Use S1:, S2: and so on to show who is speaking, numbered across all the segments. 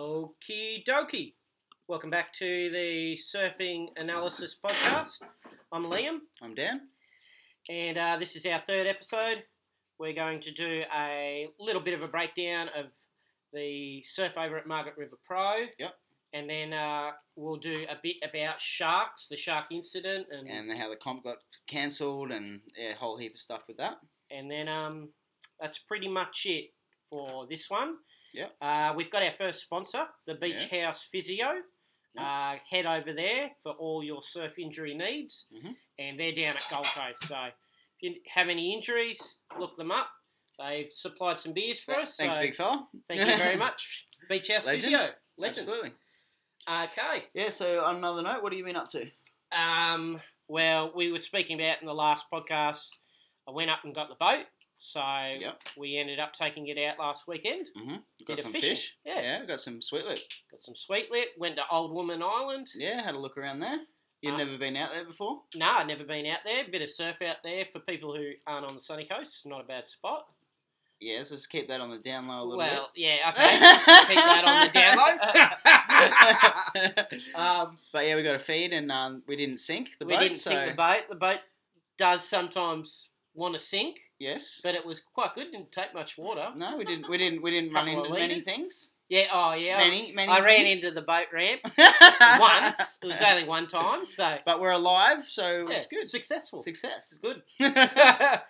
S1: Okie dokie. Welcome back to the Surfing Analysis Podcast. I'm Liam,
S2: I'm Dan.
S1: and uh, this is our third episode. We're going to do a little bit of a breakdown of the surf over at Margaret River Pro.
S2: Yep.
S1: And then uh, we'll do a bit about sharks, the shark incident, and
S2: And how the comp got cancelled and yeah, a whole heap of stuff with that.
S1: and then um, that's pretty much it for this one.
S2: Yep.
S1: Uh, we've got our first sponsor, the Beach
S2: Yes.
S1: House Physio.
S2: Yep.
S1: Uh, head over there for all your surf injury needs,
S2: Mhm.
S1: and they're down at Gold Coast. So if you have any injuries, look them up. They've supplied some beers for us.
S2: Thanks,
S1: so
S2: Big Fella.
S1: Thank you very much, Beach House Physio.
S2: Legends.
S1: Legends.
S2: Absolutely.
S1: Okay.
S2: Yeah, so on another note, what have you been up to?
S1: Um, well, we were speaking about in the last podcast. I went up and got the boat, so
S2: Yep.
S1: we ended up taking it out last weekend.
S2: We've
S1: Bit
S2: Got
S1: of
S2: some
S1: fishing,
S2: fish.
S1: yeah.
S2: we've got some sweet lip.
S1: Got some sweet lip. Went to Old Woman Island.
S2: Yeah, had a look around there. You've
S1: Ah.
S2: never been out there before?
S1: No, I've never been out there. Bit of surf out there for people who aren't on the sunny coast. It's not a bad spot.
S2: Yeah, so let's keep that on the down low a little
S1: Well, yeah,
S2: bit.
S1: okay. Keep that on the down low. um,
S2: but yeah, we got a feed and um, we didn't sink the
S1: we
S2: boat.
S1: didn't
S2: so
S1: sink the boat. The boat does sometimes want to sink,
S2: Yes.
S1: but it was quite good. Didn't take much water.
S2: No, we didn't. We didn't. We didn't run
S1: Couple
S2: into
S1: of
S2: many
S1: leaders.
S2: things.
S1: Yeah. Oh, yeah.
S2: Many, many.
S1: I ran
S2: things.
S1: into the boat ramp
S2: into
S1: once. It was only one time, so
S2: But we're alive, so
S1: yeah,
S2: it's good.
S1: successful.
S2: Success.
S1: Good. Okie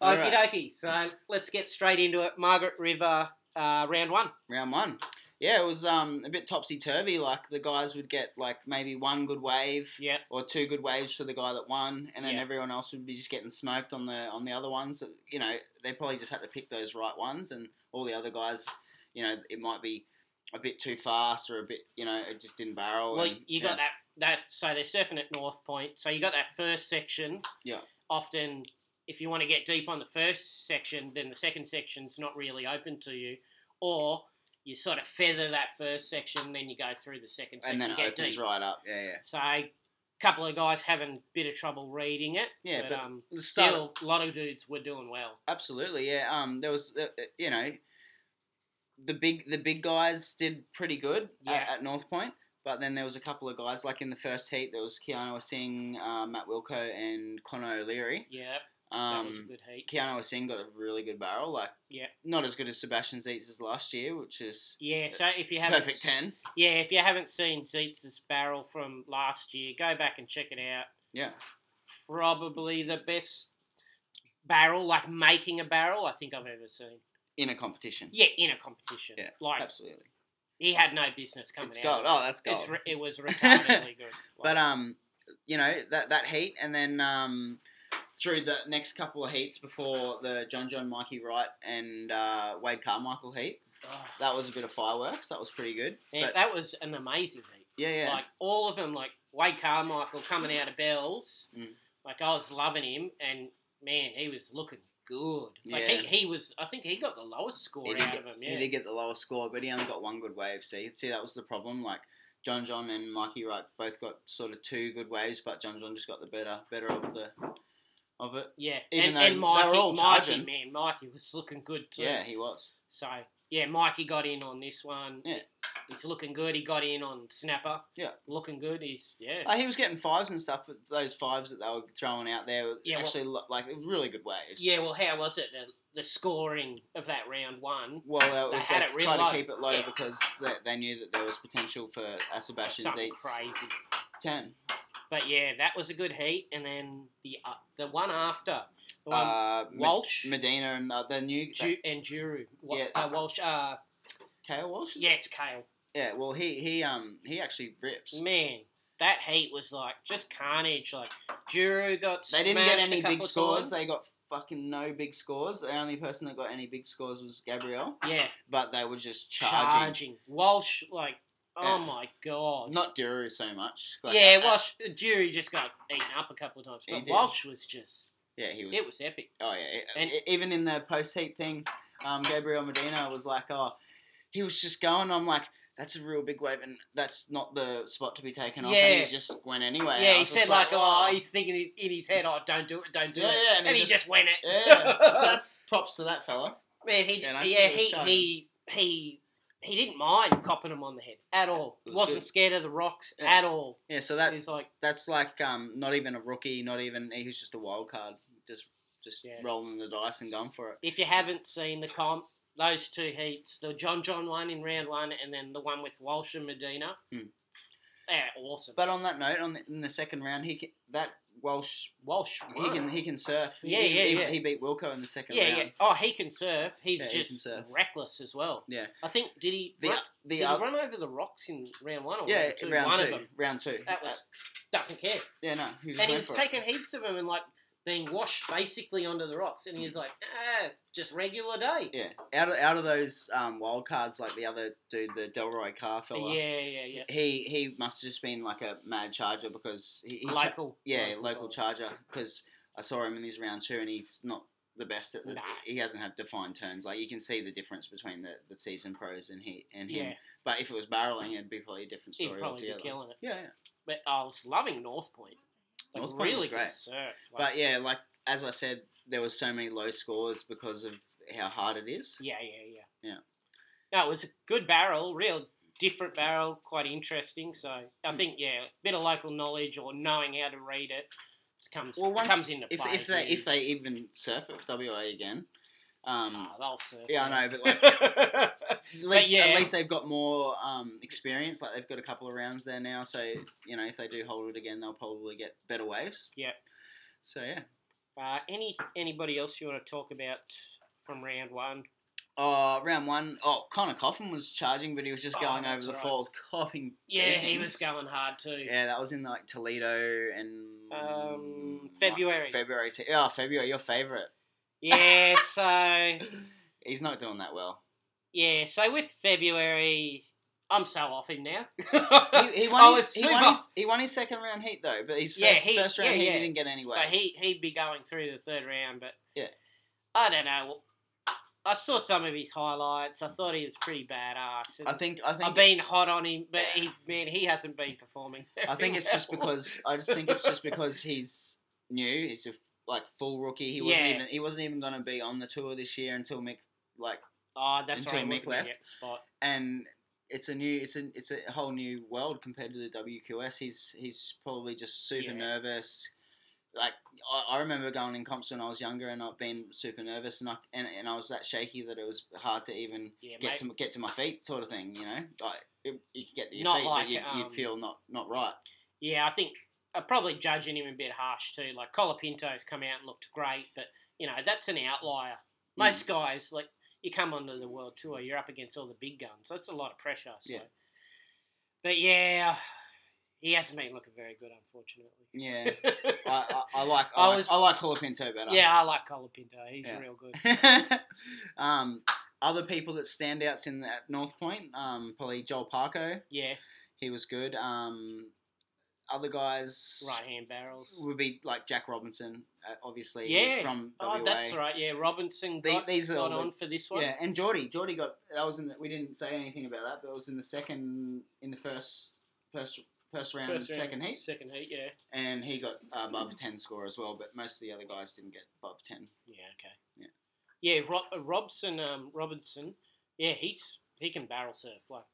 S2: Alright.
S1: dokie. So let's get straight into it. Margaret River, uh, round one.
S2: Round one. Yeah, it was um, a bit topsy turvy. Like the guys would get like maybe one good wave
S1: Yeah.
S2: or two good waves for the guy that won, and then
S1: Yeah.
S2: everyone else would be just getting smoked on the on the other ones. You know, they probably just had to pick those right ones, and all the other guys, you know, it might be a bit too fast or a bit, you know, it just didn't barrel.
S1: Well,
S2: and,
S1: you got that. That so they're surfing at North Point. So you got that first section.
S2: Yeah.
S1: Often, if you want to get deep on the first section, then the second section's not really open to you, or you sort of feather that first section, then you go through the second section,
S2: and then it
S1: get
S2: opens
S1: deep.
S2: right up. Yeah, yeah,
S1: So, a couple of guys having a bit of trouble reading it.
S2: yeah.
S1: but,
S2: but
S1: um,
S2: the start,
S1: still, a lot of dudes were doing well.
S2: Absolutely, yeah. Um, there was, uh, uh, you know, the big the big guys did pretty good a-
S1: Yeah.
S2: at, North Point, but then there was a couple of guys like in the first heat. There was Keanu Singh, uh, Matt Wilco, and Connor O'Leary.
S1: Yeah, that was a
S2: Um,
S1: good heat.
S2: Keanu Singh got a really good barrel, like
S1: Yeah.
S2: not as good as Sebastian Zietz as last year, which is
S1: Yeah, so if you haven't
S2: perfect
S1: s-
S2: ten.
S1: yeah, if you haven't seen Zeetz's barrel from last year, go back and check it out.
S2: Yeah,
S1: Probably the best barrel, like making a barrel, I think I've ever seen.
S2: in a competition.
S1: Yeah, in a competition.
S2: Yeah,
S1: like
S2: Absolutely,
S1: he had no business coming
S2: it's
S1: out.
S2: gold. Oh, that's gold.
S1: It's re- it was retardedly good.
S2: But
S1: Like,
S2: um, you know that that heat, and then um, through the next couple of heats before the John John Mikey Wright and uh, Wade Carmichael heat,
S1: oh,
S2: that was a bit of fireworks. That was pretty good.
S1: man,
S2: But-
S1: that was an amazing heat.
S2: yeah, yeah,
S1: Like all of them, like Wade Carmichael coming out of Bells.
S2: Mm.
S1: Like I was loving him, and man, he was looking good. Like
S2: Yeah.
S1: he, he was. I think he got the lowest
S2: He
S1: score
S2: did
S1: out
S2: get-
S1: of them.
S2: he
S1: Yeah.
S2: did get the lowest score, but he only got one good wave. See, see that was the problem. Like John John and Mikey Wright both got sort of two good waves, but John John just got the better better of the of it.
S1: Yeah,
S2: Even
S1: and,
S2: though
S1: and
S2: they
S1: Mikey,
S2: were all
S1: Mikey,
S2: charging.
S1: man, Mikey was looking good too.
S2: Yeah, he was.
S1: So yeah, Mikey got in on this one.
S2: Yeah.
S1: He's looking good. He got in on Snapper.
S2: Yeah.
S1: Looking good. He's yeah.
S2: Like, he was getting fives and stuff, but those fives that they were throwing out there were
S1: Yeah, well-
S2: actually lo- like really good waves.
S1: yeah. Well, how was it? The, the scoring of that round one.
S2: Well, it
S1: They
S2: was
S1: had
S2: they
S1: it real
S2: tried
S1: low.
S2: to keep it low
S1: Yeah.
S2: because they, they knew that there was potential for a Sebastian
S1: Something
S2: Zeitz
S1: crazy.
S2: 10.
S1: But yeah, that was a good heat, and then the uh, the one after, the one
S2: Uh, Me-
S1: Walsh
S2: Medina and uh, the new
S1: Ju- and Juru. Wa-
S2: Yeah.
S1: uh, Walsh. Uh,
S2: Kale Walsh. is it?
S1: yeah, it's Kale.
S2: Yeah. Well, he he um he actually rips.
S1: Man, that heat was like just carnage. Like Juru got.
S2: They didn't get
S1: smashed a
S2: any big
S1: couple of times.
S2: scores. They got fucking no big scores. The only person that got any big scores was Gabrielle,
S1: yeah
S2: but they were just
S1: charging.
S2: charging.
S1: Walsh like oh
S2: Yeah.
S1: my god.
S2: Not Duru so much. Like,
S1: yeah,
S2: uh, uh,
S1: Walsh. Jury just got eaten up a couple of times,
S2: He
S1: but
S2: did.
S1: Walsh was just.
S2: yeah, he was
S1: It was epic.
S2: Oh yeah,
S1: And-
S2: E- even in the post heat thing, um, Gabriel Medina was like, "Oh, he was just going." I'm like, "That's a real big wave, and that's not the spot to be taken off." And
S1: Yeah.
S2: he just went anyway.
S1: yeah,
S2: I
S1: he
S2: was
S1: said
S2: just
S1: like,
S2: "Wow."
S1: oh, he's thinking in his head, oh, don't do it, don't do
S2: yeah,
S1: it,
S2: yeah,
S1: and, he, just, went it.
S2: yeah. So that's props to that fella.
S1: Man, he
S2: And I
S1: yeah
S2: think it was
S1: he,
S2: shocking.
S1: he he he didn't mind copping him on the head at all.
S2: It was
S1: wasn't
S2: good.
S1: scared of the rocks
S2: Yeah.
S1: at all.
S2: Yeah, so that
S1: He's like,
S2: that's like um, not even a rookie, not even he was just a wild card, just just
S1: Yeah.
S2: rolling the dice and going for it.
S1: if you haven't seen the comp, those two heats, the John John one in round one, and then the one with Walsh and Medina,
S2: Mm.
S1: they're awesome.
S2: But on that note, on the, in the second round, he can, that Welsh
S1: Walsh,
S2: he can he can surf. He-
S1: Yeah,
S2: he,
S1: yeah,
S2: he,
S1: yeah.
S2: he beat Wilco in the second
S1: yeah,
S2: round.
S1: yeah. Oh, he can surf. He's
S2: Yeah, he
S1: just
S2: can surf.
S1: reckless as well.
S2: Yeah.
S1: I think did he?
S2: The
S1: run,
S2: the
S1: did
S2: oth-
S1: he run over the rocks in round one or Oh,
S2: yeah
S1: round two?
S2: round
S1: one
S2: two
S1: of them.
S2: round two.
S1: That was doesn't care.
S2: yeah no he
S1: and
S2: just
S1: he
S2: went
S1: was
S2: for it.
S1: taking heaps of them and like being washed basically onto the rocks, and he was like, ah, just regular day.
S2: Mm. Yeah, out of out of those um, wild cards, like the other dude, the Delroy Carr fella,
S1: yeah, yeah, yeah.
S2: he he must have just been like a mad charger because he, he cha-
S1: local,
S2: yeah local
S1: guy.
S2: charger because I saw him in his round two and he's not the best at the,
S1: Nah.
S2: he doesn't have defined turns like you can see the difference between the, the season pros and he and him
S1: Yeah,
S2: but if it was barreling it'd be probably a different
S1: he'd
S2: story
S1: probably be
S2: altogether
S1: killing it.
S2: yeah yeah
S1: But oh, I was loving North Point. Like,
S2: North Point was
S1: really good
S2: great.
S1: surf. Like,
S2: but yeah like as I said there was so many low scores because of how hard it is
S1: yeah, yeah, yeah.
S2: Yeah.
S1: No, it was a good barrel, real different barrel, quite interesting. So I
S2: Hmm.
S1: think yeah, a bit of local knowledge or knowing how to read it comes
S2: well once
S1: comes into
S2: if,
S1: play.
S2: if they if
S1: huge.
S2: they even surf it WA again um,
S1: Ah, they'll surf.
S2: yeah I know but like
S1: know, but
S2: At least,
S1: yeah.
S2: at least they've got more um, experience. Like they've got a couple of rounds there now, so you know if they do hold it again, they'll probably get better waves.
S1: Yeah.
S2: So yeah.
S1: Uh, any anybody else you want to talk about from round one?
S2: Oh, round one. Oh, Connor Coffin was charging, but he was just
S1: Oh,
S2: going over
S1: that's
S2: the
S1: right.
S2: fold, copying.
S1: Yeah, he
S2: beatings.
S1: was going hard too.
S2: Yeah, that was in like Toledo and
S1: Um,
S2: what?
S1: February.
S2: February. se- Oh, February, your favorite.
S1: yeah, so
S2: He's not doing that well.
S1: yeah, so with February, I'm so off him now.
S2: He, he
S1: I
S2: won.
S1: was
S2: His, he, won
S1: Oh, super-
S2: his, he won his second round heat though, but his first,
S1: Yeah, he-
S2: first round
S1: yeah,
S2: heat
S1: yeah.
S2: he didn't get any waves.
S1: so he he'd be going through the third round, but
S2: Yeah.
S1: I don't know. I saw some of his highlights. I thought he was pretty badass. and
S2: I think. I think.
S1: I've been hot on him, but he man, he hasn't been performing.
S2: I think
S1: very
S2: it's just
S1: well.
S2: because I just think it's just because he's new. He's a like full rookie. He wasn't
S1: Yeah.
S2: even he wasn't even going to be on the tour this year until Mick like
S1: Oh, that's
S2: until
S1: right.
S2: Mick
S1: he wasn't gonna
S2: left.
S1: get the spot.
S2: and it's a new it's a it's a whole new world compared to the WQS. He's he's probably just super
S1: Yeah.
S2: nervous. Like I, I remember going in comps when I was younger and I've been super nervous and I and, and I was that shaky that it was hard to even
S1: Yeah,
S2: get
S1: mate.
S2: to get to my feet sort of thing. You know, like it, you could get to your
S1: Not
S2: feet,
S1: like,
S2: but you'd,
S1: um,
S2: you'd feel not not right.
S1: Yeah, I think I'm probably judging him a bit harsh too. Like Colapinto's come out and looked great, but you know that's an outlier.
S2: Mm.
S1: Most guys, like you come onto the world tour, you're up against all the big guns. That's a lot of pressure. So.
S2: Yeah.
S1: But yeah, he hasn't been looking very good, unfortunately.
S2: Mm, yeah. I, I, I like I,
S1: I
S2: like,
S1: was-
S2: I like Jalapinto better.
S1: yeah, I like Colapinto. He's
S2: Yeah.
S1: real good.
S2: um, other people that standouts in that North Point, um, probably Joel Parko.
S1: Yeah,
S2: He was good. Um, other guys
S1: right hand barrels.
S2: would be like Jack Robinson. Uh, obviously,
S1: Yeah.
S2: he's from
S1: Oh,
S2: WA.
S1: that's right. Yeah, Robinson
S2: The-
S1: got,
S2: these are
S1: got
S2: all the-
S1: on for this one.
S2: Yeah, and Geordie. Geordie got that was in. The, we didn't say anything about that, but it was in the second, in the first, first, first round,
S1: First round,
S2: um, second heat,
S1: Second heat. Yeah.
S2: and he got uh, above ten score as well. But most of the other guys didn't get above ten.
S1: Yeah. Okay.
S2: Yeah.
S1: Yeah. Yeah. Rob, uh, Robson. Um, Robinson. Yeah, he's he can barrel surf like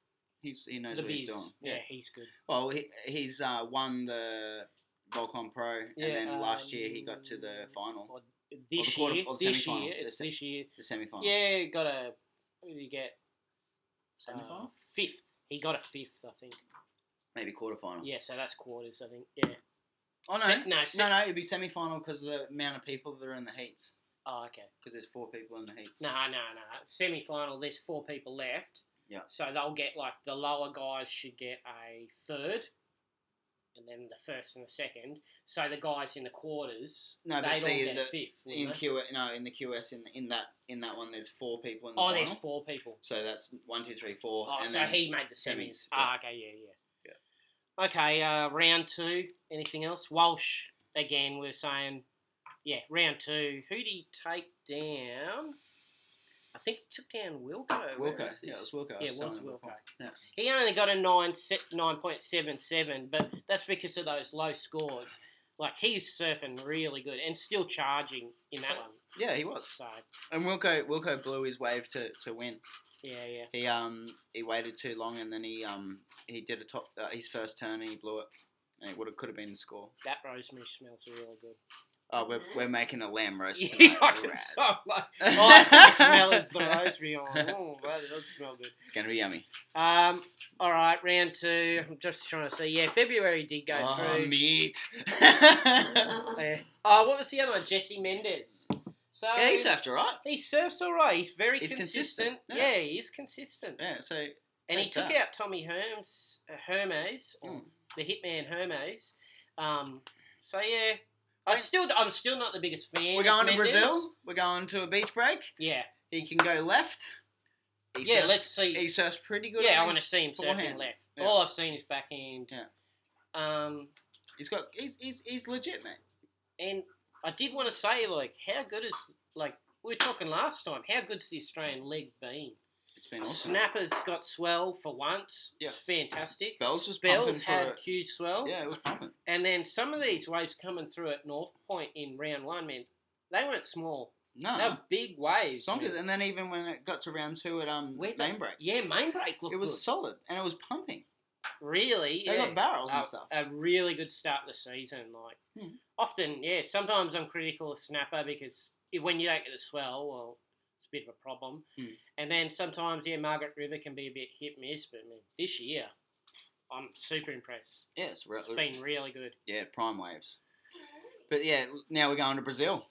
S2: He's, he knows
S1: the
S2: what
S1: bees.
S2: he's doing.
S1: yeah. he's good.
S2: Well, he, he's uh, won the Volcom Pro, and
S1: Yeah,
S2: then last year he got to the
S1: um,
S2: final,
S1: Or this
S2: quarter-
S1: year.
S2: or the
S1: this
S2: semi-final,
S1: year.
S2: the
S1: It's
S2: se-
S1: this year.
S2: the semi final.
S1: Yeah, got a. What did he get?
S2: semi final,
S1: Uh, fifth. He got a fifth, I think.
S2: maybe quarter final.
S1: Yeah, so that's quarters, I think. Yeah.
S2: Oh no,
S1: Se- no, se-
S2: no, no, it'd be semi final because of the amount of people that are in the heats.
S1: Oh, okay.
S2: Because there's four people in the heats.
S1: No, no, no. Semi final, there's four people left.
S2: Yeah.
S1: So they'll get, like, the lower guys should get a third, and then the first and the second. So the guys in the quarters,
S2: No, but
S1: they'd
S2: see,
S1: all get
S2: the-
S1: a fifth. wouldn't
S2: In
S1: they?
S2: Q, no, in the QS, in in that in that one, there's four people in the
S1: oh,
S2: final.
S1: there's four people.
S2: So that's one, two, three, four.
S1: Oh,
S2: and
S1: so
S2: then-
S1: he made the semis.
S2: semis,
S1: Ah, okay, yeah, yeah. Yeah. Okay, uh, round two. Anything else? Walsh, again, we're saying, yeah, round two. Who did he take down? I think he took down Wilco. Where
S2: Wilco.
S1: is
S2: Yeah, it
S1: this?
S2: was Wilco. I
S1: Yeah, it
S2: telling
S1: was
S2: him
S1: Wilco.
S2: before. Yeah.
S1: He only got a nine se- 9.77, but that's because of those low scores. Like, he's surfing really good and still charging in that one.
S2: Yeah, he was.
S1: So
S2: And Wilco Wilco blew his wave to, to win.
S1: yeah, yeah,
S2: He um he waited too long and then he um he did a top uh, his first turn and he blew it and it would have could have been score.
S1: that rosemary smells really good.
S2: Oh, we're, we're making a lamb roast.
S1: Yeah,
S2: tonight.
S1: I can
S2: Rad.
S1: smell like all Oh, I can smell is the rosemary on. Oh, wow, that does smell good.
S2: It's gonna be yummy.
S1: Um, all right, round two. I'm just trying to see. Yeah, February did go
S2: oh,
S1: through.
S2: meat.
S1: Yeah. Oh, what was the other one? Jesse Mendes. So
S2: yeah, he surfed alright.
S1: he surfs all right. He's very
S2: He's
S1: consistent.
S2: consistent,
S1: Yeah.
S2: yeah.
S1: he is consistent.
S2: Yeah, so
S1: and he
S2: take
S1: took
S2: that.
S1: out Tommy Hermes, uh, Hermes, or
S2: Mm.
S1: the Hitman Hermes. Um, so yeah, I
S2: Wait.
S1: still, I'm still not the biggest fan.
S2: we're
S1: of
S2: going to
S1: Mendes.
S2: Brazil. We're going to a beach break.
S1: Yeah,
S2: He can go left. He
S1: yeah.
S2: surfs,
S1: Let's see.
S2: he surfs pretty good.
S1: yeah,
S2: on
S1: I want to
S2: his-
S1: see him surfing
S2: forehand.
S1: left.
S2: Yeah.
S1: All I've seen is backhand.
S2: Yeah.
S1: Um,
S2: He's got. He's, he's, he's legit, man.
S1: and I did want to say, like, how good is like we were talking last time? How good's the Australian leg been?
S2: It's been awesome.
S1: Snapper's got swell for once.
S2: Yeah.
S1: It's fantastic.
S2: Bells was pumping
S1: Bell's
S2: for
S1: had
S2: a-
S1: huge swell.
S2: Yeah, it was pumping.
S1: And then some of these waves coming through at North Point in round one, man, they weren't small.
S2: No,
S1: They were big waves.
S2: Sonkers,
S1: man.
S2: and then even when it got to round two at um
S1: Where the-
S2: main break,
S1: Yeah, main break looked
S2: it was
S1: good.
S2: solid and it was pumping.
S1: really.
S2: They
S1: yeah.
S2: got barrels
S1: a-
S2: and stuff.
S1: A really good start to the season. Like
S2: Hmm.
S1: often, yeah. Sometimes I'm critical of snapper because i- when you don't get a swell, well, it's a bit of a problem.
S2: Hmm.
S1: And then sometimes, yeah, Margaret River can be a bit hit miss, but man, this year, I'm super impressed.
S2: yeah, it's re-
S1: It's been really good.
S2: yeah prime waves. But yeah, now we're going to Brazil.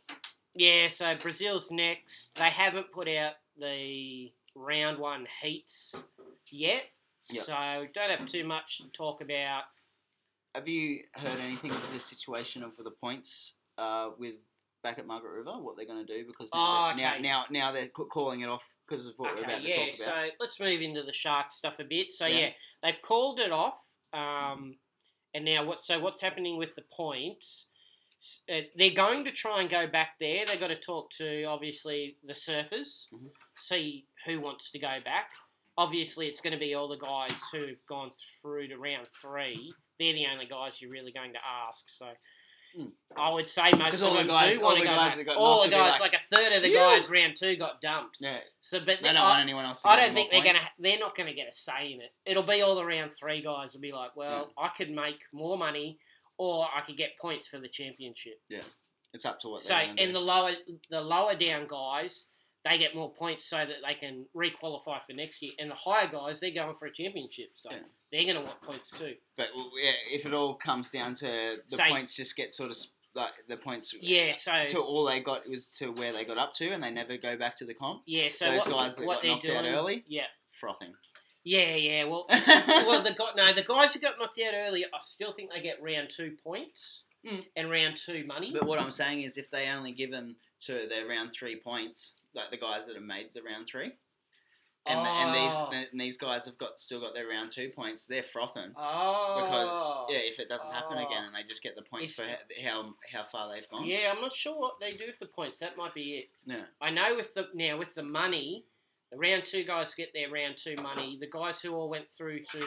S1: Yeah. So Brazil's next. They haven't put out the round one heats yet.
S2: Yep.
S1: So don't have too much to talk about.
S2: Have you heard anything of the situation of the points uh, with back at Margaret River? What they're going to do because now,
S1: Oh,
S2: they're- now
S1: okay.
S2: now now they're c- calling it off because of what we're about
S1: yeah,
S2: to talk about.
S1: So let's move into the shark stuff a bit. So yeah,
S2: Yeah.
S1: they've called it off. Um, and now what? So what's happening with the points? S- Uh, they're going to try and go back there. They've got to talk to obviously the surfers,
S2: Mhm.
S1: see who wants to go back. Obviously, it's going to be all the guys who've gone through to round three. They're the only guys you're really going to ask. So.
S2: Mm.
S1: I would say most
S2: Because
S1: of
S2: all the
S1: them
S2: guys-
S1: do
S2: all
S1: want to
S2: the
S1: go
S2: guys
S1: back.
S2: that got
S1: all
S2: knocked
S1: the
S2: will be
S1: guys, like,
S2: like,
S1: a third of the
S2: "Yeah."
S1: guys round two got dumped.
S2: yeah,
S1: So, but
S2: they
S1: the-
S2: don't
S1: I,
S2: want anyone else. To
S1: I
S2: get
S1: don't
S2: any
S1: think
S2: more
S1: they're gonna.
S2: points.
S1: They're not gonna get a say in it. It'll be all around three guys will be like,
S2: Mm.
S1: well, I could make more money, or I could get points for the championship.
S2: It's up to what.
S1: So,
S2: they're gonna
S1: and
S2: do.
S1: the lower the lower down guys, they get more points so that they can re-qualify for next year. And the higher guys, they're going for a championship, so
S2: Yeah.
S1: they're gonna want points too.
S2: But well, yeah, if it all comes down to the
S1: Say-
S2: points, just get sort of sp- like the points. uh,
S1: Yeah. So.
S2: To all they got was to where they got up to, and they never go back to the comp.
S1: yeah, so
S2: those
S1: what,
S2: guys that
S1: what
S2: got
S1: they're
S2: knocked out
S1: doing-
S2: early?
S1: Yeah,
S2: Frothing.
S1: yeah, yeah. Well, well,
S2: well,
S1: the got no, the guys who got knocked out early, I still think they get round two points
S2: Mm.
S1: and round two money.
S2: but what I'm saying is, if they only give them to their round three points, like the guys that have made the round three, and, the,
S1: Oh.
S2: and these and these guys have got still got their round two points, they're frothing.
S1: Oh,
S2: Because yeah, if it doesn't happen
S1: Oh.
S2: again, and they just get the points for
S1: It's-
S2: ho- how how far they've gone.
S1: yeah, I'm not sure what they do with the points. That might be it.
S2: Yeah.
S1: I know with the now with the money, the round two guys get their round two money. The guys who all went through to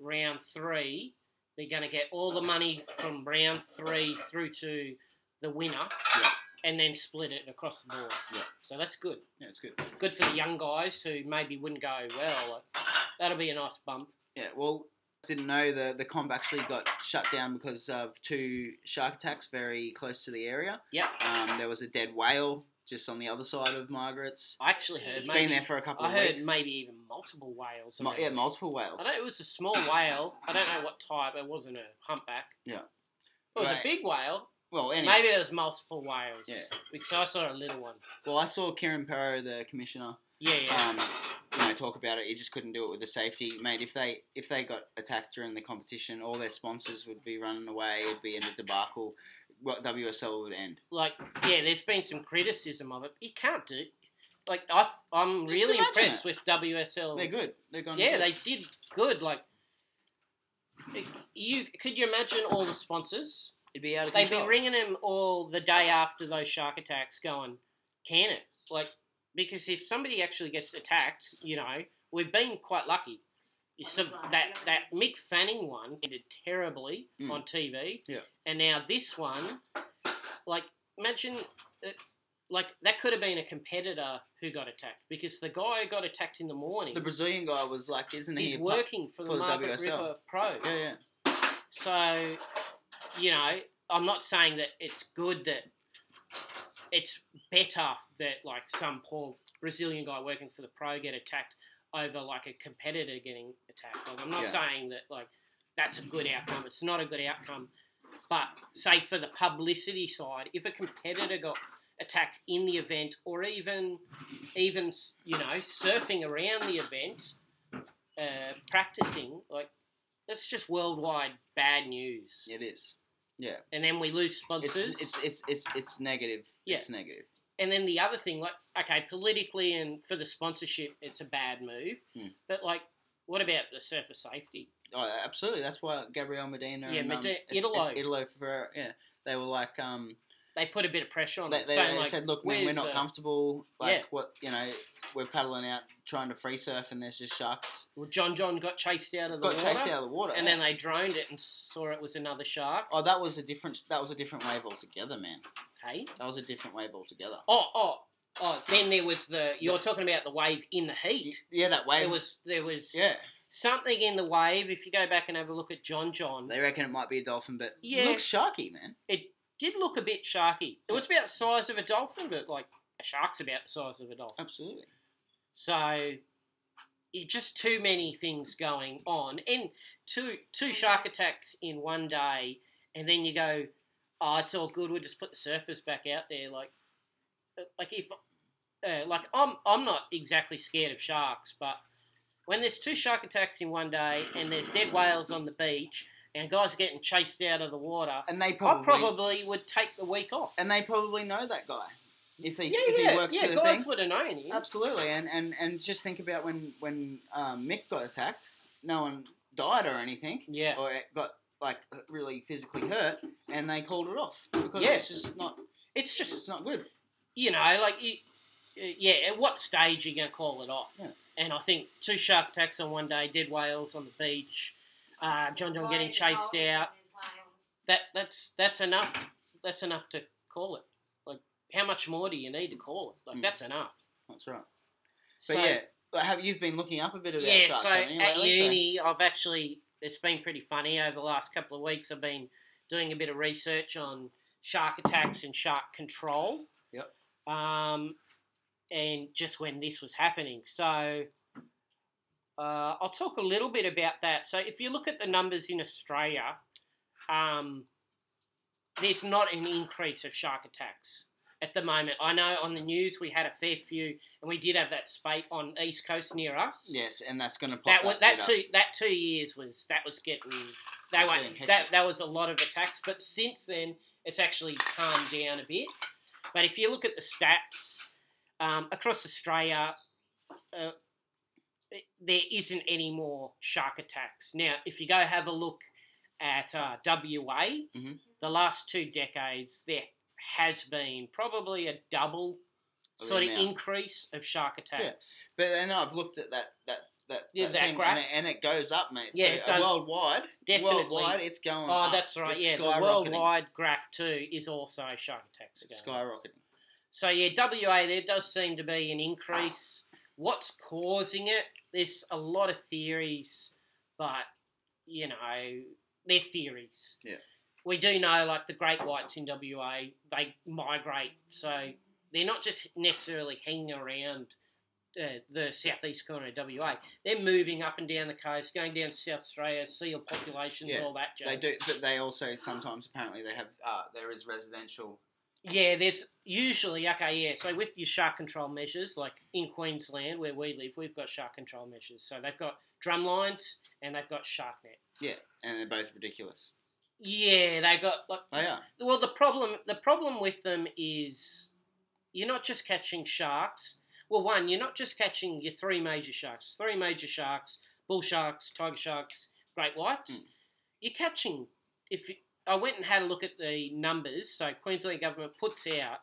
S1: round three, they're going to get all the money from round three through to the winner,
S2: Yeah.
S1: and then split it across the board.
S2: Yeah.
S1: So that's good.
S2: yeah, it's good.
S1: Good for the young guys who maybe wouldn't go well. That'll be a nice bump.
S2: Yeah, well, I didn't know the the comp actually got shut down because of two shark attacks very close to the area.
S1: Yep.
S2: Um, there was a dead whale just on the other side of Margaret's.
S1: I actually heard
S2: It's
S1: maybe,
S2: been there for a couple
S1: I
S2: of
S1: heard
S2: weeks.
S1: maybe even multiple whales.
S2: Mu-
S1: around.
S2: yeah, multiple whales.
S1: I know it was a small whale. I don't know what type. It wasn't a humpback.
S2: Yeah.
S1: It was a
S2: Right.
S1: big whale.
S2: Well, anyway.
S1: Maybe there was multiple whales.
S2: Yeah.
S1: Because I saw a little one.
S2: Well, I saw Kieran Perro, the commissioner,
S1: Yeah, yeah.
S2: um, you know, talk about it. He just couldn't do it with the safety, mate. If they if they got attacked during the competition, all their sponsors would be running away. It'd be in a debacle. What WSL would end.
S1: like, yeah, there's been some criticism of it. You can't do Like, I, I'm
S2: Just
S1: really
S2: imagine
S1: impressed
S2: it.
S1: with WSL.
S2: They're good. They're gone.
S1: yeah, they did good. Like, you could you imagine all the sponsors?
S2: It'd be out of
S1: They've
S2: control.
S1: been ringing him all the day after those shark attacks, going, "Can it?" Like, because if somebody actually gets attacked, you know, we've been quite lucky. You sub- that that Mick Fanning one ended terribly
S2: Mm.
S1: on TV.
S2: Yeah.
S1: And now this one, like, imagine. uh, like that could have been a competitor who got attacked because the guy who got attacked in the morning
S2: The Brazilian guy was like, isn't he?
S1: is
S2: a pu-
S1: working for the
S2: for the
S1: Margaret
S2: WSL.
S1: River Pro.
S2: Yeah, yeah.
S1: So, you know, I'm not saying that it's good that it's better that like some poor Brazilian guy working for the pro get attacked over like a competitor getting attacked. Like, I'm not
S2: Yeah.
S1: saying that like that's a good outcome. It's not a good outcome. But say for the publicity side, if a competitor got attacked in the event, or even even you know surfing around the event, uh, practicing like that's just worldwide bad news.
S2: It is.
S1: And then we lose
S2: It's
S1: sponsors.
S2: it's it's it's it's negative.
S1: Yeah.
S2: It's negative.
S1: and then the other thing, like, okay, politically and for the sponsorship, it's a bad move.
S2: Hmm.
S1: But like, what about the surface safety?
S2: Oh, absolutely. That's why Gabriel Medina
S1: Yeah,
S2: and um,
S1: Medi-
S2: it-
S1: Italo.
S2: it- Italo Ferreira, yeah, they were like, um,
S1: They put a bit of pressure on
S2: they,
S1: it.
S2: they,
S1: saying,
S2: they
S1: like,
S2: said, look, man, we're
S1: where's,
S2: not
S1: uh,
S2: comfortable. Like,
S1: yeah.
S2: what you know, we're paddling out trying to free surf, and there's just sharks.
S1: Well, John John got chased out of the
S2: Got
S1: water,
S2: chased out of the water,
S1: and then they droned it and saw it was another shark.
S2: oh, that was a different. That was a different wave altogether, man.
S1: Hey,
S2: That was a different wave altogether.
S1: oh, oh, oh. Then there was the. You're talking about the wave in the heat.
S2: Yeah, that wave.
S1: There was there was
S2: yeah,
S1: something in the wave. If you go back and have a look at John John,
S2: they reckon it might be a dolphin, but
S1: Yeah.
S2: it looks sharky, man.
S1: did look a bit sharky. It was about the size of a dolphin, but like a shark's about the size of a dolphin.
S2: Absolutely.
S1: So it just too many things going on, and two two shark attacks in one day, and then you go, "Oh, it's all good. We'll just put the surface back out there." Like, like if, uh, like I'm I'm not exactly scared of sharks, but when there's two shark attacks in one day, and there's dead whales on the beach, and guys are getting chased out of the water,
S2: And they
S1: I
S2: probably,
S1: probably would take the week off.
S2: and they probably know that guy if he
S1: yeah,
S2: if
S1: yeah,
S2: he works
S1: yeah.
S2: for the
S1: guys
S2: thing.
S1: would have known him.
S2: Absolutely, and, and, and just think about when when um, Mick got attacked. No one died or anything,
S1: Yeah.
S2: or it got like really physically hurt, and they called it off because
S1: Yeah.
S2: it's just not
S1: It's just
S2: it's not good.
S1: you know, like you, yeah. At what stage are you going to call it off?
S2: Yeah.
S1: And I think two shark attacks on one day, dead whales on the beach, uh, John John getting chased out. That that's that's enough. That's enough to call it. Like, how much more do you need to call it? Like,
S2: Mm.
S1: that's enough.
S2: That's right.
S1: So
S2: But yeah, but have you've been looking up a bit about
S1: yeah.
S2: sharks?
S1: So
S2: haven't you,
S1: at
S2: lately? So-
S1: uni, I've actually it's been pretty funny over the last couple of weeks. I've been doing a bit of research on shark attacks and shark control.
S2: Yep.
S1: Um, and just when this was happening, so uh, I'll talk a little bit about that. So if you look at the numbers in Australia, um, there's not an increase of shark attacks at the moment. I know on the news we had a fair few, and we did have that spate on east coast near us
S2: yes, and that's going to pop
S1: that was, that
S2: bit
S1: two that two years was that was getting they
S2: That's
S1: were
S2: getting hectic.
S1: that that was a lot of attacks. But since then, it's actually calmed down a bit. But if you look at the stats um, across Australia, uh, it- there isn't any more shark attacks now. If you go have a look at uh, WA,
S2: Mhm.
S1: the last two decades, there has been probably a double.
S2: Of the
S1: Sort of
S2: amount.
S1: increase of shark attacks.
S2: But then I've looked at that that that,
S1: Yeah, that
S2: thing,
S1: graph.
S2: And, it, and it goes up, mate.
S1: Yeah,
S2: so
S1: it does.
S2: worldwide,
S1: Definitely.
S2: worldwide, it's going.
S1: Oh,
S2: up.
S1: that's right.
S2: It's
S1: Yeah, the
S2: skyrocketing.
S1: worldwide graph too is also shark attacks.
S2: It's
S1: going on.
S2: skyrocketing.
S1: So yeah, WA there does seem to be an increase. What's causing it? There's a lot of theories, but you know they're theories.
S2: Yeah.
S1: We do know like the great whites in WA they migrate, so they're not just necessarily hanging around. Uh, the southeast corner of WA, they're moving up and down the coast, going down to South Australia, seal populations,
S2: Yeah,
S1: all that. Jazz.
S2: They do, but they also sometimes apparently they have. Uh, there is residential.
S1: Yeah, there's usually okay, yeah. So with your shark control measures, like in Queensland where we live, we've got shark control measures. So they've got drum lines and they've got shark net.
S2: Yeah, and they're both ridiculous.
S1: Oh, Yeah, they got like
S2: They are.
S1: well the problem the problem with them is you're not just catching sharks. Well, one, you're not just catching your three major sharks. Three major sharks, bull sharks, tiger sharks, great whites.
S2: Mm.
S1: You're catching if you, I went and had a look at the numbers, so Queensland government puts out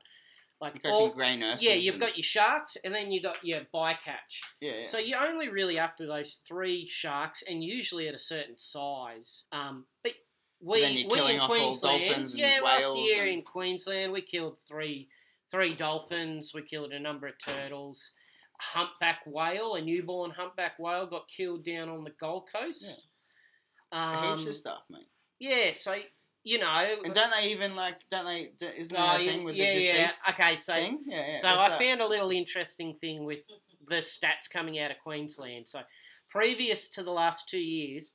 S1: like
S2: You're catching
S1: all,
S2: grey nurses.
S1: Yeah, you've
S2: and-
S1: got your sharks, and then you got your bycatch.
S2: Yeah, yeah.
S1: So you're only really after those three sharks, and usually at a certain size. Um, but we
S2: then you're
S1: we
S2: killing
S1: in
S2: off all
S1: Queensland,
S2: dolphins and
S1: yeah, last
S2: whales
S1: year
S2: and-
S1: in Queensland we killed three three dolphins. We killed a number of turtles. A Humpback whale, a newborn humpback whale, got killed down on the Gold Coast. Um,
S2: Heaps of stuff, mate.
S1: yeah, so you know,
S2: And don't they even like? Don't they? d- Isn't
S1: oh,
S2: there a thing with
S1: yeah,
S2: the
S1: yeah.
S2: deceased
S1: Okay, so
S2: thing? Yeah, yeah.
S1: so
S2: that's
S1: I
S2: that.
S1: found a little interesting thing with the stats coming out of Queensland. So previous to the last two years,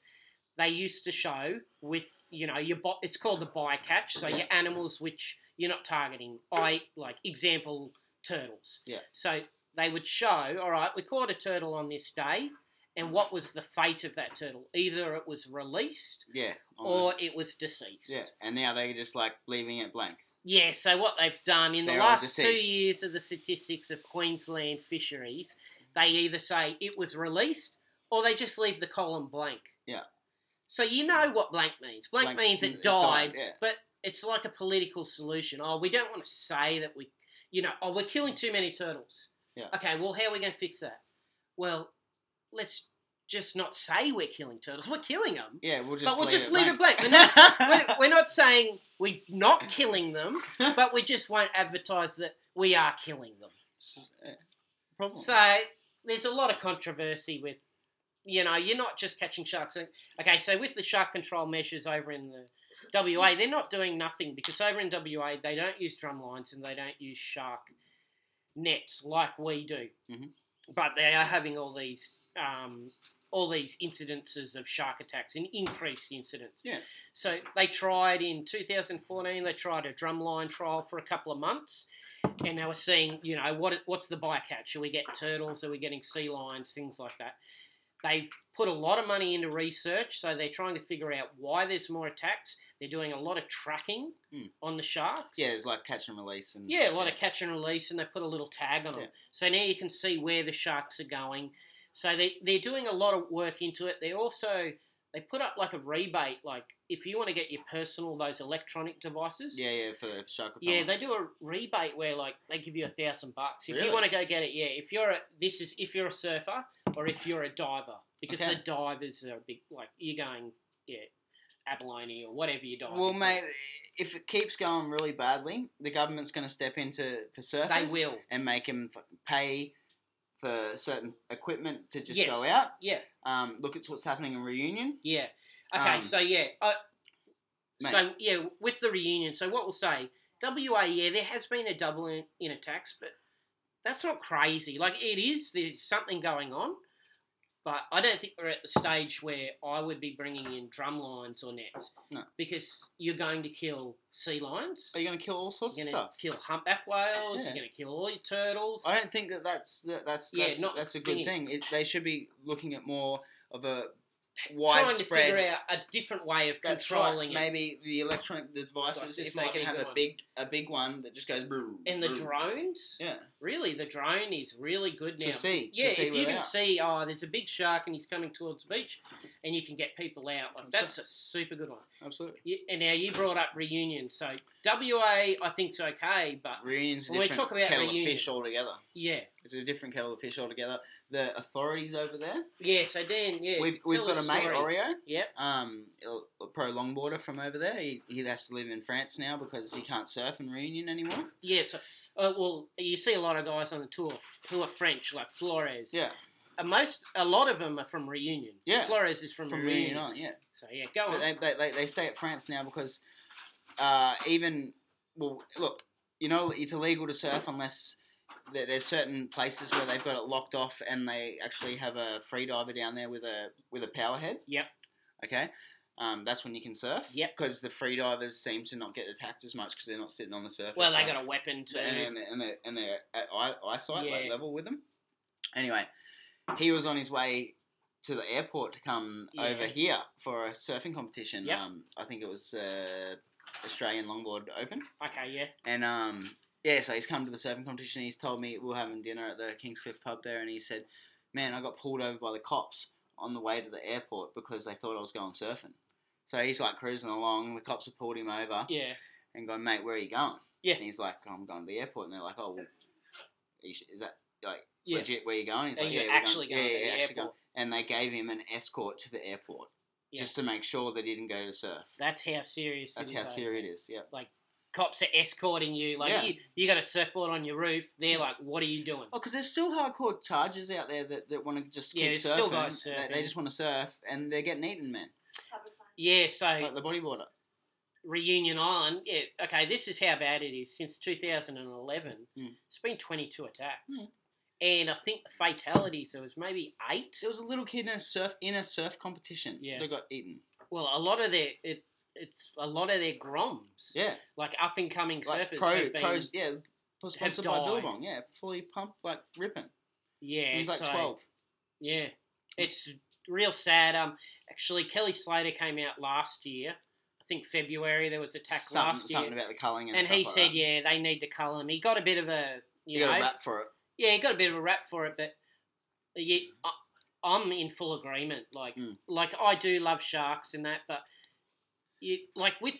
S1: they used to show with you know your bo- it's called the bycatch. So your animals which you're not targeting. I like example turtles.
S2: Yeah.
S1: So they would show all right, we caught a turtle on this day, and what was the fate of that turtle? Either it was released
S2: yeah. on
S1: or it was deceased.
S2: the- yeah, and now they're just like leaving it blank.
S1: Yeah, so what they've done in
S2: They're
S1: the
S2: all
S1: last two
S2: deceased.
S1: years of the statistics of Queensland fisheries, they either say it was released or they just leave the column blank.
S2: Yeah.
S1: So you know what blank means. Blank
S2: Blank's-
S1: means it
S2: it
S1: died,
S2: died, yeah.
S1: but it's like a political solution. Oh, we don't want to say that we, you know, oh, we're killing too many turtles.
S2: Yeah.
S1: Okay, well, how are we going to fix that? Well, let's just not say we're killing turtles. We're killing them.
S2: Yeah, we'll just.
S1: But we'll
S2: leave
S1: just
S2: it
S1: leave it
S2: blank.
S1: blank. We're not, we're, we're not saying we're not killing them, but we just won't advertise that we are killing them.
S2: Problem.
S1: So there's a lot of controversy with, you know, you're not just catching sharks. And, okay, so with the shark control measures over in the WA,
S2: Hmm.
S1: they're not doing nothing because over in WA they don't use drum lines and they don't use shark nets like we do.
S2: Mhm.
S1: But they are having all these um, all these incidences of shark attacks and increased incidents.
S2: Yeah.
S1: So they tried in 2014. They tried a drumline trial for a couple of months and they were seeing, you know, what what's the bycatch? Are we getting turtles? Are we getting sea lions? Things like that. They've put a lot of money into research, so they're trying to figure out why there's more attacks. They're doing a lot of tracking
S2: Mm.
S1: on the sharks.
S2: yeah, it's like catch and release and.
S1: Yeah, a lot of catch and release, and they put a little tag on them.
S2: Yeah.
S1: So now you can see where the sharks are going. So they, they're doing a lot of work into it. They also they put up like a rebate, like if you want to get your personal those electronic devices.
S2: Yeah, yeah, for the shark.
S1: Yeah,
S2: repellent.
S1: they do a rebate where like they give you a thousand bucks if you
S2: Really?
S1: want to go get it. Yeah, if you're a this is if you're a surfer or if you're a diver because
S2: Okay.
S1: the divers are a big like you're going yeah abalone or whatever you dive.
S2: Well, mate, if it keeps going really badly, the government's going to step into for
S1: they
S2: surfers
S1: will.
S2: and make them pay for certain equipment to just
S1: Yes.
S2: go out.
S1: Yeah,
S2: Um, look, it's what's happening in reunion.
S1: yeah. Okay,
S2: Um,
S1: so yeah, uh,
S2: Mate.
S1: so yeah, with the reunion. So what we'll say, WA, yeah, there has been a double in, in attacks, but that's not crazy. Like it is, there's something going on. But I don't think we're at the stage where I would be bringing in drum lines or nets.
S2: No.
S1: Because you're going to kill sea lions.
S2: Are you going to kill all sorts
S1: You're
S2: of
S1: going to
S2: stuff?
S1: kill humpback whales.
S2: Yeah.
S1: You're going to kill all your turtles.
S2: I don't think that that's that, that's
S1: Yeah,
S2: that's,
S1: not
S2: that's a good
S1: thingy.
S2: thing. It, they should be looking at more of a
S1: Trying to
S2: widespread.
S1: figure out a different way of
S2: that's
S1: controlling
S2: right. Maybe the electronic devices,
S1: Like, this
S2: if they
S1: might
S2: can
S1: be a
S2: have
S1: good
S2: a
S1: one.
S2: big a big one that just goes. brrr,
S1: it. And the
S2: brrr.
S1: drones.
S2: Mm. Yeah.
S1: Really, the drone is really good now.
S2: To see.
S1: Yeah,
S2: to see
S1: if you
S2: where they
S1: can
S2: are.
S1: see, oh, there's a big shark and he's coming towards the beach, and you can get people out. Like
S2: That's
S1: that's a super good one.
S2: Absolutely.
S1: You, and now you brought up reunion, so WA I think's okay, but
S2: Reunion's a
S1: When we
S2: different
S1: talk about
S2: kettle
S1: reunion-
S2: of fish altogether.
S1: yeah,
S2: It's a different kettle of fish altogether. The authorities over there.
S1: yeah. So Dan, yeah,
S2: we've we've
S1: tell
S2: got a
S1: the
S2: mate,
S1: story.
S2: Oreo.
S1: Yep.
S2: Um, a- a pro longboarder from over there. He, he has to live in France now because he can't surf in Reunion anymore.
S1: Yeah, so uh, well, you see a lot of guys on the tour who are French, like Flores.
S2: Yeah.
S1: and most a lot of them are from Reunion.
S2: Yeah.
S1: Flores is from,
S2: From
S1: Reunion.
S2: Reunion on, yeah.
S1: So yeah, go
S2: But
S1: on.
S2: they, they, they, they stay at France now because uh, even well, look, you know, it's illegal to surf unless there, there's certain places where they've got it locked off and they actually have a free diver down there with a with a power head.
S1: Yep.
S2: Okay. Um, that's when you can surf.
S1: Yep.
S2: Because the free divers seem to not get attacked as much because they're not sitting on the surface.
S1: Well, they
S2: like-
S1: got a weapon too.
S2: and, and, and, they're, and they're at eye, eyesight like
S1: Yeah.
S2: level with them. Anyway, he was on his way to the airport to come
S1: Yeah.
S2: over here for a surfing competition.
S1: Yep.
S2: Um, I think it was uh, Australian Longboard Open,
S1: Okay, yeah.
S2: and um, yeah, so he's come to the surfing competition. He's told me we we're having dinner at the Kingscliff pub there, and he said, "Man, I got pulled over by the cops on the way to the airport because they thought I was going surfing." So he's like cruising along. The cops have pulled him over
S1: Yeah.
S2: and going, mate, where are you going?
S1: Yeah.
S2: And he's like, I'm going to the airport. And they're like, oh, well, you sh- is that like
S1: Yeah.
S2: legit where you going? He's
S1: Are
S2: like,
S1: you
S2: yeah, we're
S1: actually
S2: going,
S1: going
S2: yeah,
S1: to
S2: yeah,
S1: the
S2: actually going."
S1: airport?
S2: And they gave him an escort to the airport
S1: Yeah.
S2: just to make sure that he didn't go to surf.
S1: That's how serious.
S2: That's
S1: it is
S2: how
S1: over
S2: serious
S1: there.
S2: it is. Yeah.
S1: cops are escorting you. Like
S2: Yeah. Mm.
S1: you, you got a surfboard on your roof. They're like, "What are you doing?"
S2: Oh, because there's still hardcore chargers out there that, that want to just keep
S1: Yeah,
S2: surfing.
S1: there's still guys
S2: They- They,
S1: surfing.
S2: just want to surf, and they're getting eaten, man.
S1: Yeah. So
S2: Like the bodyboarder.
S1: Reunion Island. Yeah. Okay. This is how bad it is since 2011.
S2: Mm.
S1: It's been 22 attacks,
S2: Mm.
S1: and I think the fatalities there was maybe eight.
S2: There was a little kid in a surf in a surf competition
S1: Yeah.
S2: that got eaten.
S1: Well, a lot of their it, it's a lot of their groms,
S2: Yeah,
S1: like up and coming
S2: like
S1: surfers
S2: pro,
S1: have been.
S2: pros. Yeah, was
S1: have
S2: sponsored by
S1: died.
S2: Billabong. Yeah, fully pumped, like ripping.
S1: Yeah.
S2: he was like
S1: so,
S2: twelve.
S1: Yeah, it's real sad. Um, actually, Kelly Slater came out last year. I think February there was an attack
S2: Something,
S1: last year,
S2: something about the culling and,
S1: and he
S2: stuff
S1: said,
S2: like that.
S1: "Yeah, they need to cull him." He got a bit of a you,
S2: you
S1: know,
S2: got a rap for it.
S1: yeah, he got a bit of a rap for it, but yeah, I, I'm in full agreement. Like,
S2: Mm.
S1: like I do love sharks and that, but you like with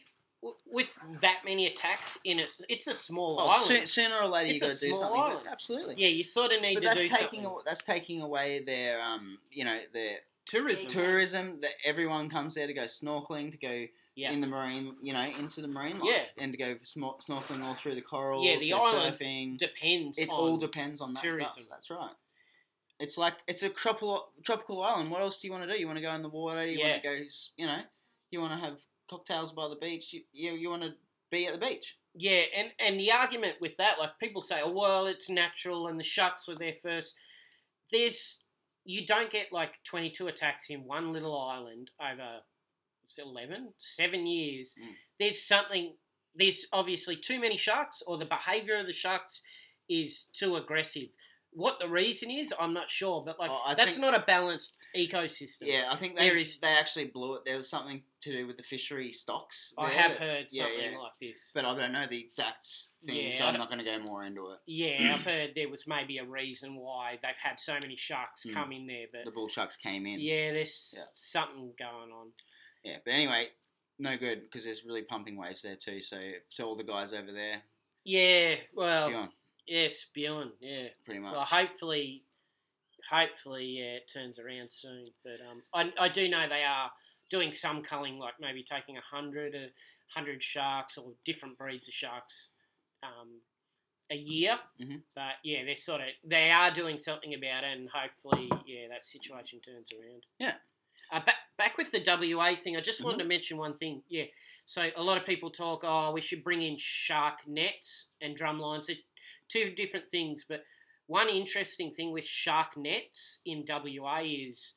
S1: with that many attacks in it, it's a small
S2: Oh,
S1: island.
S2: soo- sooner or later
S1: It's
S2: you
S1: a
S2: got to do
S1: small
S2: something. but-
S1: island.
S2: absolutely.
S1: yeah, you sort of need
S2: But
S1: to
S2: that's
S1: do
S2: taking
S1: something.
S2: aw- that's taking away their um you know their
S1: tourism.
S2: tourism that everyone comes there to go snorkeling to go
S1: yeah,
S2: in the marine, you know, into the marine life,
S1: Yeah.
S2: and to go snor- snorkeling all through the corals,
S1: Yeah, the
S2: go
S1: island
S2: surfing.
S1: depends.
S2: It
S1: on,
S2: all depends on that stuff.
S1: tourism.
S2: That's right. It's like it's a tropical tropical island. What else do you want to do? You want to go in the water. You
S1: Yeah.
S2: want to go, s- you know, you want to have cocktails by the beach. You you, you want to be at the beach.
S1: Yeah, and and the argument with that, like people say, oh well, it's natural, and the sharks were there first. There's you don't get like 22 attacks in one little island over it's 11 seven years.
S2: Mm.
S1: There's something. There's obviously too many sharks, or the behaviour of the sharks is too aggressive. What the reason is, I'm not sure, but like
S2: Oh, I
S1: that's
S2: think-
S1: not a balanced ecosystem.
S2: Yeah, I think they
S1: There is-
S2: they actually blew it. There was something to do with the fishery stocks.
S1: I
S2: there
S1: have
S2: that-
S1: heard
S2: yeah,
S1: something
S2: yeah.
S1: like this.
S2: but I don't know the exact thing,
S1: Yeah,
S2: so
S1: I
S2: I'm
S1: don't-
S2: not going to go more into it.
S1: Yeah, I've heard there was maybe a reason why they've had so many sharks
S2: Mm.
S1: come in there, but
S2: The bull sharks came in.
S1: Yeah, there's
S2: Yeah.
S1: something going on.
S2: Yeah, but anyway, no good because there's really pumping waves there too. So to all the guys over there,
S1: Yeah, well,
S2: well, on,
S1: yeah, spewing. Yeah,
S2: pretty much.
S1: well, hopefully, hopefully, yeah, it turns around soon. But um, I, I do know they are doing some culling, like maybe taking a hundred, a hundred sharks or different breeds of sharks, um, a year.
S2: Mhm.
S1: But yeah, they're sort of they are doing something about it, and hopefully, yeah, that situation turns around.
S2: Yeah. Mm-hmm.
S1: Uh, back, back with the WA thing, I just wanted to mention one thing. Yeah, so a lot of people talk, oh, we should bring in shark nets and drum lines. They're two different things, but one interesting thing with shark nets in WA is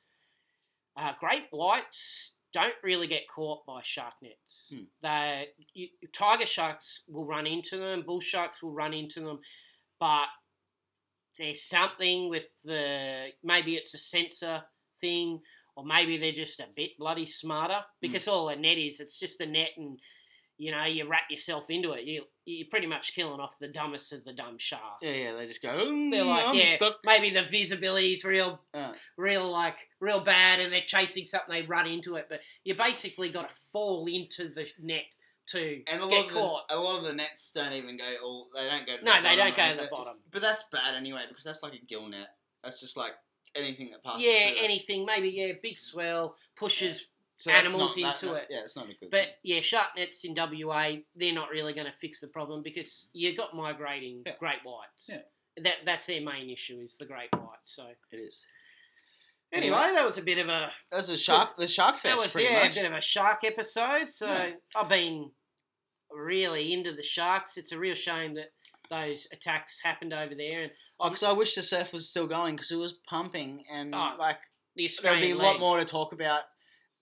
S1: uh, great whites don't really get caught by shark nets.
S2: Hmm.
S1: They you, tiger sharks will run into them, bull sharks will run into them, but there's something with the maybe it's a sensor thing, or maybe they're just a bit bloody smarter
S2: Hmm.
S1: because all a net is it's just a net and. You know, you wrap yourself into it. You you're pretty much killing off the dumbest of the dumb sharks
S2: yeah, yeah, they just go. "Mm,
S1: They're like,
S2: I'm
S1: yeah.
S2: stuck."
S1: maybe the visibility's real,
S2: Uh,
S1: real like real bad, and they're chasing something. They run into it, but you basically got to fall into the net to
S2: and a lot
S1: get
S2: of
S1: caught.
S2: the, a lot of the nets don't even go all. They don't go. To
S1: No,
S2: the
S1: they
S2: bottom,
S1: don't go to
S2: and
S1: the
S2: it's-
S1: bottom.
S2: But that's bad anyway because that's like a gill net. That's just like anything that passes.
S1: yeah,
S2: through that.
S1: anything. Maybe yeah, big swell pushes,
S2: So that's
S1: animals
S2: not- that-
S1: into
S2: that-
S1: it.
S2: Yeah, it's not a good.
S1: but
S2: thing.
S1: yeah, shark nets in WA they're not really going to fix the problem because you got migrating
S2: Yeah.
S1: great whites.
S2: Yeah.
S1: That that's their main issue is the great white. So
S2: it is.
S1: anyway, that was a bit of a
S2: That was a shark. The shark fest.
S1: that was
S2: pretty
S1: yeah,
S2: much.
S1: a bit of a shark episode. So
S2: Yeah.
S1: I've been really into the sharks. It's a real shame that those attacks happened over there. And
S2: Oh, 'cause I wish the surf was still going because it was pumping and
S1: Oh,
S2: like
S1: the
S2: there'll
S1: Australian
S2: be a lot
S1: League.
S2: more to talk about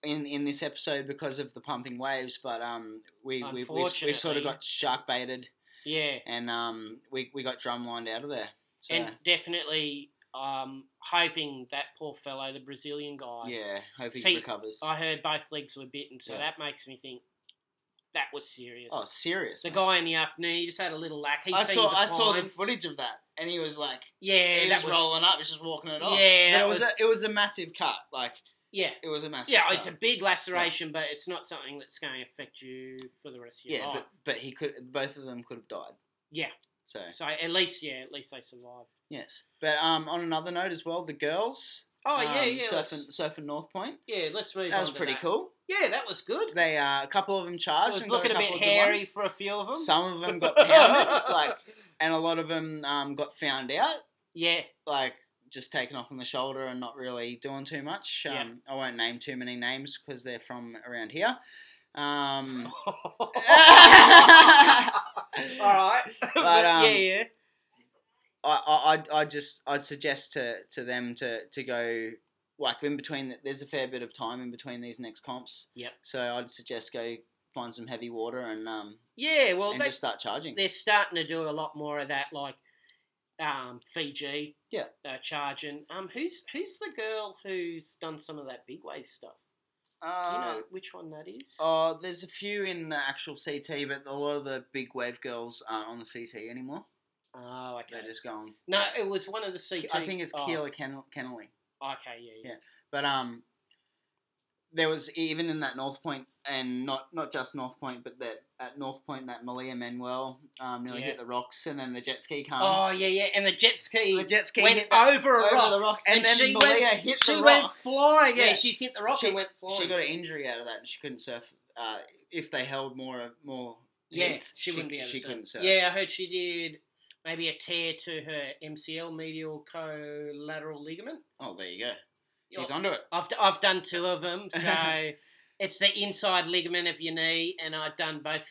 S2: in, in this episode because of the pumping waves, but um, we we we, we sort
S1: Unfortunately.
S2: of got shark baited
S1: Yeah,
S2: and um, we we got drumlined out of there. So
S1: and definitely um, hoping that poor fellow, the Brazilian guy.
S2: yeah, hope he
S1: See,
S2: recovers.
S1: I heard both legs were bitten, so
S2: Yeah.
S1: that makes me think that was serious.
S2: oh, serious.
S1: the
S2: man.
S1: guy in the afternoon, he just had a little lack. He
S2: I
S1: seen
S2: saw
S1: the
S2: I saw the
S1: fine.
S2: footage of that, and he was like,
S1: yeah,
S2: he
S1: that
S2: was,
S1: was
S2: rolling up, he was just walking it off.
S1: Yeah,
S2: But
S1: that
S2: it was,
S1: was-
S2: a, it was a massive cut. Like
S1: yeah.
S2: it was a massive.
S1: Yeah,
S2: cut.
S1: it's a big laceration, but it's not something that's going to affect you for the rest of your
S2: yeah,
S1: life.
S2: but but he could. Both of them could have died.
S1: Yeah.
S2: So
S1: So at least, yeah, at least they survived.
S2: yes, but um, on another note as well, the girls.
S1: Oh yeah,
S2: um,
S1: yeah.
S2: surfing,
S1: let's-
S2: surfing North Point.
S1: yeah, let's move.
S2: That
S1: on
S2: was
S1: to
S2: pretty cool.
S1: Yeah, that was good.
S2: They uh, a couple of them
S1: I
S2: charged.
S1: was
S2: and got
S1: looking a
S2: couple
S1: bit
S2: of good
S1: hairy
S2: ones.
S1: for a few of them.
S2: Some of them got pounded, like, and a lot of them um, got found out,
S1: yeah,
S2: like just taken off on the shoulder and not really doing too much. Um,
S1: Yeah.
S2: I won't name too many names because they're from around here. Um,
S1: all
S2: I,
S1: right. But,
S2: um,
S1: yeah, yeah.
S2: I, I, I just I'd suggest to, to them to, to go like in between. There's a fair bit of time in between these next comps.
S1: Yep.
S2: So I'd suggest go find some heavy water and um,
S1: Yeah, well,
S2: and
S1: they,
S2: just start charging.
S1: they're starting to do a lot more of that, like um, Fiji.
S2: Yeah.
S1: Uh, charging. Um, who's who's the girl who's done some of that big wave stuff? Do you
S2: Uh,
S1: know which one that is?
S2: Uh, there's a few in the actual CT, but a lot of the big wave girls aren't on the CT anymore.
S1: Oh, okay.
S2: They're just going.
S1: No, it was one of the CT.
S2: I think it's
S1: oh,
S2: Keela Ken- Kennelly.
S1: Okay, yeah, yeah.
S2: Yeah. But um, there was e, even in that North Point, and not not just North Point, but that at North Point that Malia Manuel um, nearly
S1: Yeah.
S2: hit the rocks, and then the jet ski came.
S1: oh, yeah, yeah. And the jet ski
S2: Uh-huh. the jet ski
S1: went
S2: hit the-
S1: over a
S2: over
S1: rock.
S2: the rock, and,
S1: and
S2: then
S1: she
S2: Malia hit
S1: she
S2: the
S1: went
S2: rock.
S1: flying. Yeah,
S2: Yeah.
S1: she's hit the rock
S2: She-
S1: and went flying.
S2: She got an injury out of that, and she couldn't surf. Uh, if they held more more.
S1: yeah,
S2: hits,
S1: she, wouldn't be able
S2: She
S1: to
S2: couldn't surf.
S1: Yeah, I heard she did maybe a tear to her MCL medial collateral ligament.
S2: Oh, there you go.
S1: Yeah,
S2: He's onto it.
S1: I've, d- I've done two of them, so it's the inside ligament of your knee, and I've done both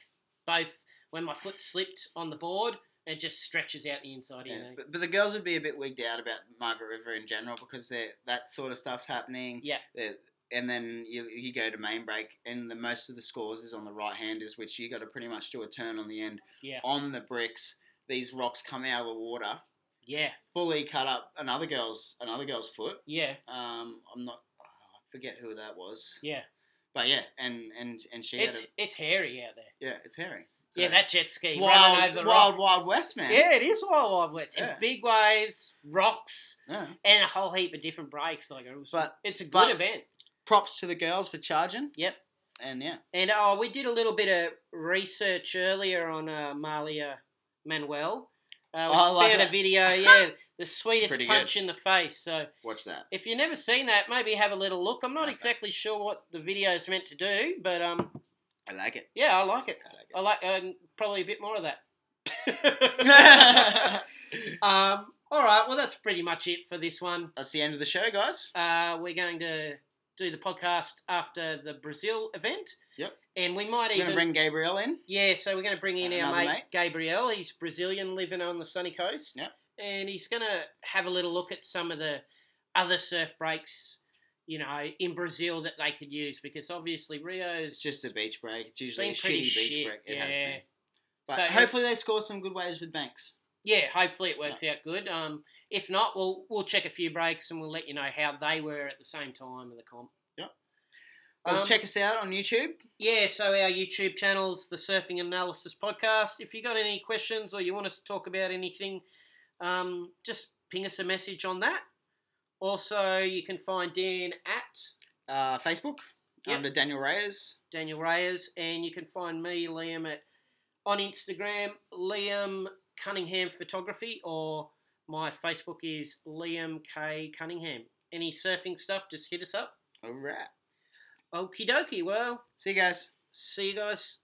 S1: both when my foot slipped on the board. It just stretches out the inside of your
S2: Yeah,
S1: knee.
S2: but, but the girls would be a bit wigged out about Margaret River in general because they're- that sort of stuff's happening.
S1: Yeah.
S2: They're- and then you, you go to main break, and the most of the scores is on the right handers, which you got to pretty much do a turn on the end
S1: Yeah.
S2: on the bricks. These rocks come out of the water,
S1: Yeah,
S2: fully cut up another girl's another girl's foot.
S1: yeah,
S2: Um, I'm not oh, I forget who that was,
S1: yeah.
S2: but yeah, and and and she
S1: It's
S2: had a,
S1: it's hairy out there.
S2: yeah, it's hairy.
S1: yeah, that jet ski
S2: it's
S1: running
S2: wild,
S1: over the rock.
S2: wild, wild west man.
S1: Yeah, it is wild, wild west. And
S2: Yeah.
S1: big waves, rocks,
S2: Yeah.
S1: and a whole heap of different breaks. Like it was,
S2: But-
S1: it's a good
S2: but-
S1: event.
S2: Props to the girls for charging,
S1: Yep.
S2: and yeah,
S1: And oh, we did a little bit of research earlier on uh, Malia Manuel. Uh, we
S2: Oh, I like
S1: found a
S2: that.
S1: video, yeah, the sweetest
S2: pretty good.
S1: punch in the face. So
S2: watch that.
S1: if you've never seen that, maybe have a little look. I'm not
S2: Okay.
S1: exactly sure what the video's meant to do, but um,
S2: I like it.
S1: yeah, I like it.
S2: I like
S1: I like um, probably a bit more of that.
S2: it.
S1: um, all right, well that's pretty much it for this one.
S2: That's the end of the show, guys.
S1: Uh, we're going to do the podcast after the Brazil event.
S2: Yep.
S1: And we might
S2: We're
S1: even
S2: gonna bring Gabriel in.
S1: Yeah, so we're going to bring in our
S2: Another
S1: mate,
S2: mate.
S1: Gabriel. He's Brazilian, living on the sunny coast.
S2: Yep.
S1: And he's going to have a little look at some of the other surf breaks, you know, in Brazil that they could use because obviously Rio's
S2: It's just a beach break.
S1: it's
S2: It's usually a
S1: been
S2: shitty
S1: pretty
S2: beach
S1: shit,
S2: break. It has been. But
S1: So-
S2: hopefully they score some good waves with Banks.
S1: Yeah, hopefully it works out good. Um, if not, we'll we'll check a few breaks and we'll let you know how they were at the same time of the comp.
S2: Yep. Well,
S1: Um,
S2: check us out on YouTube.
S1: Yeah, so our YouTube channel's the Surfing Analysis Podcast. If you got any questions or you want us to talk about anything, um, just ping us a message on that. Also, you can find Dan at
S2: Uh, Facebook
S1: Yep.
S2: under Daniel Reyes.
S1: Daniel Reyes, and you can find me, Liam, at on Instagram, Liam Cunningham Photography, or my Facebook is Liam K Cunningham. Any surfing stuff, just hit us up.
S2: All right.
S1: Okie dokie. Well,
S2: See you guys.
S1: see you guys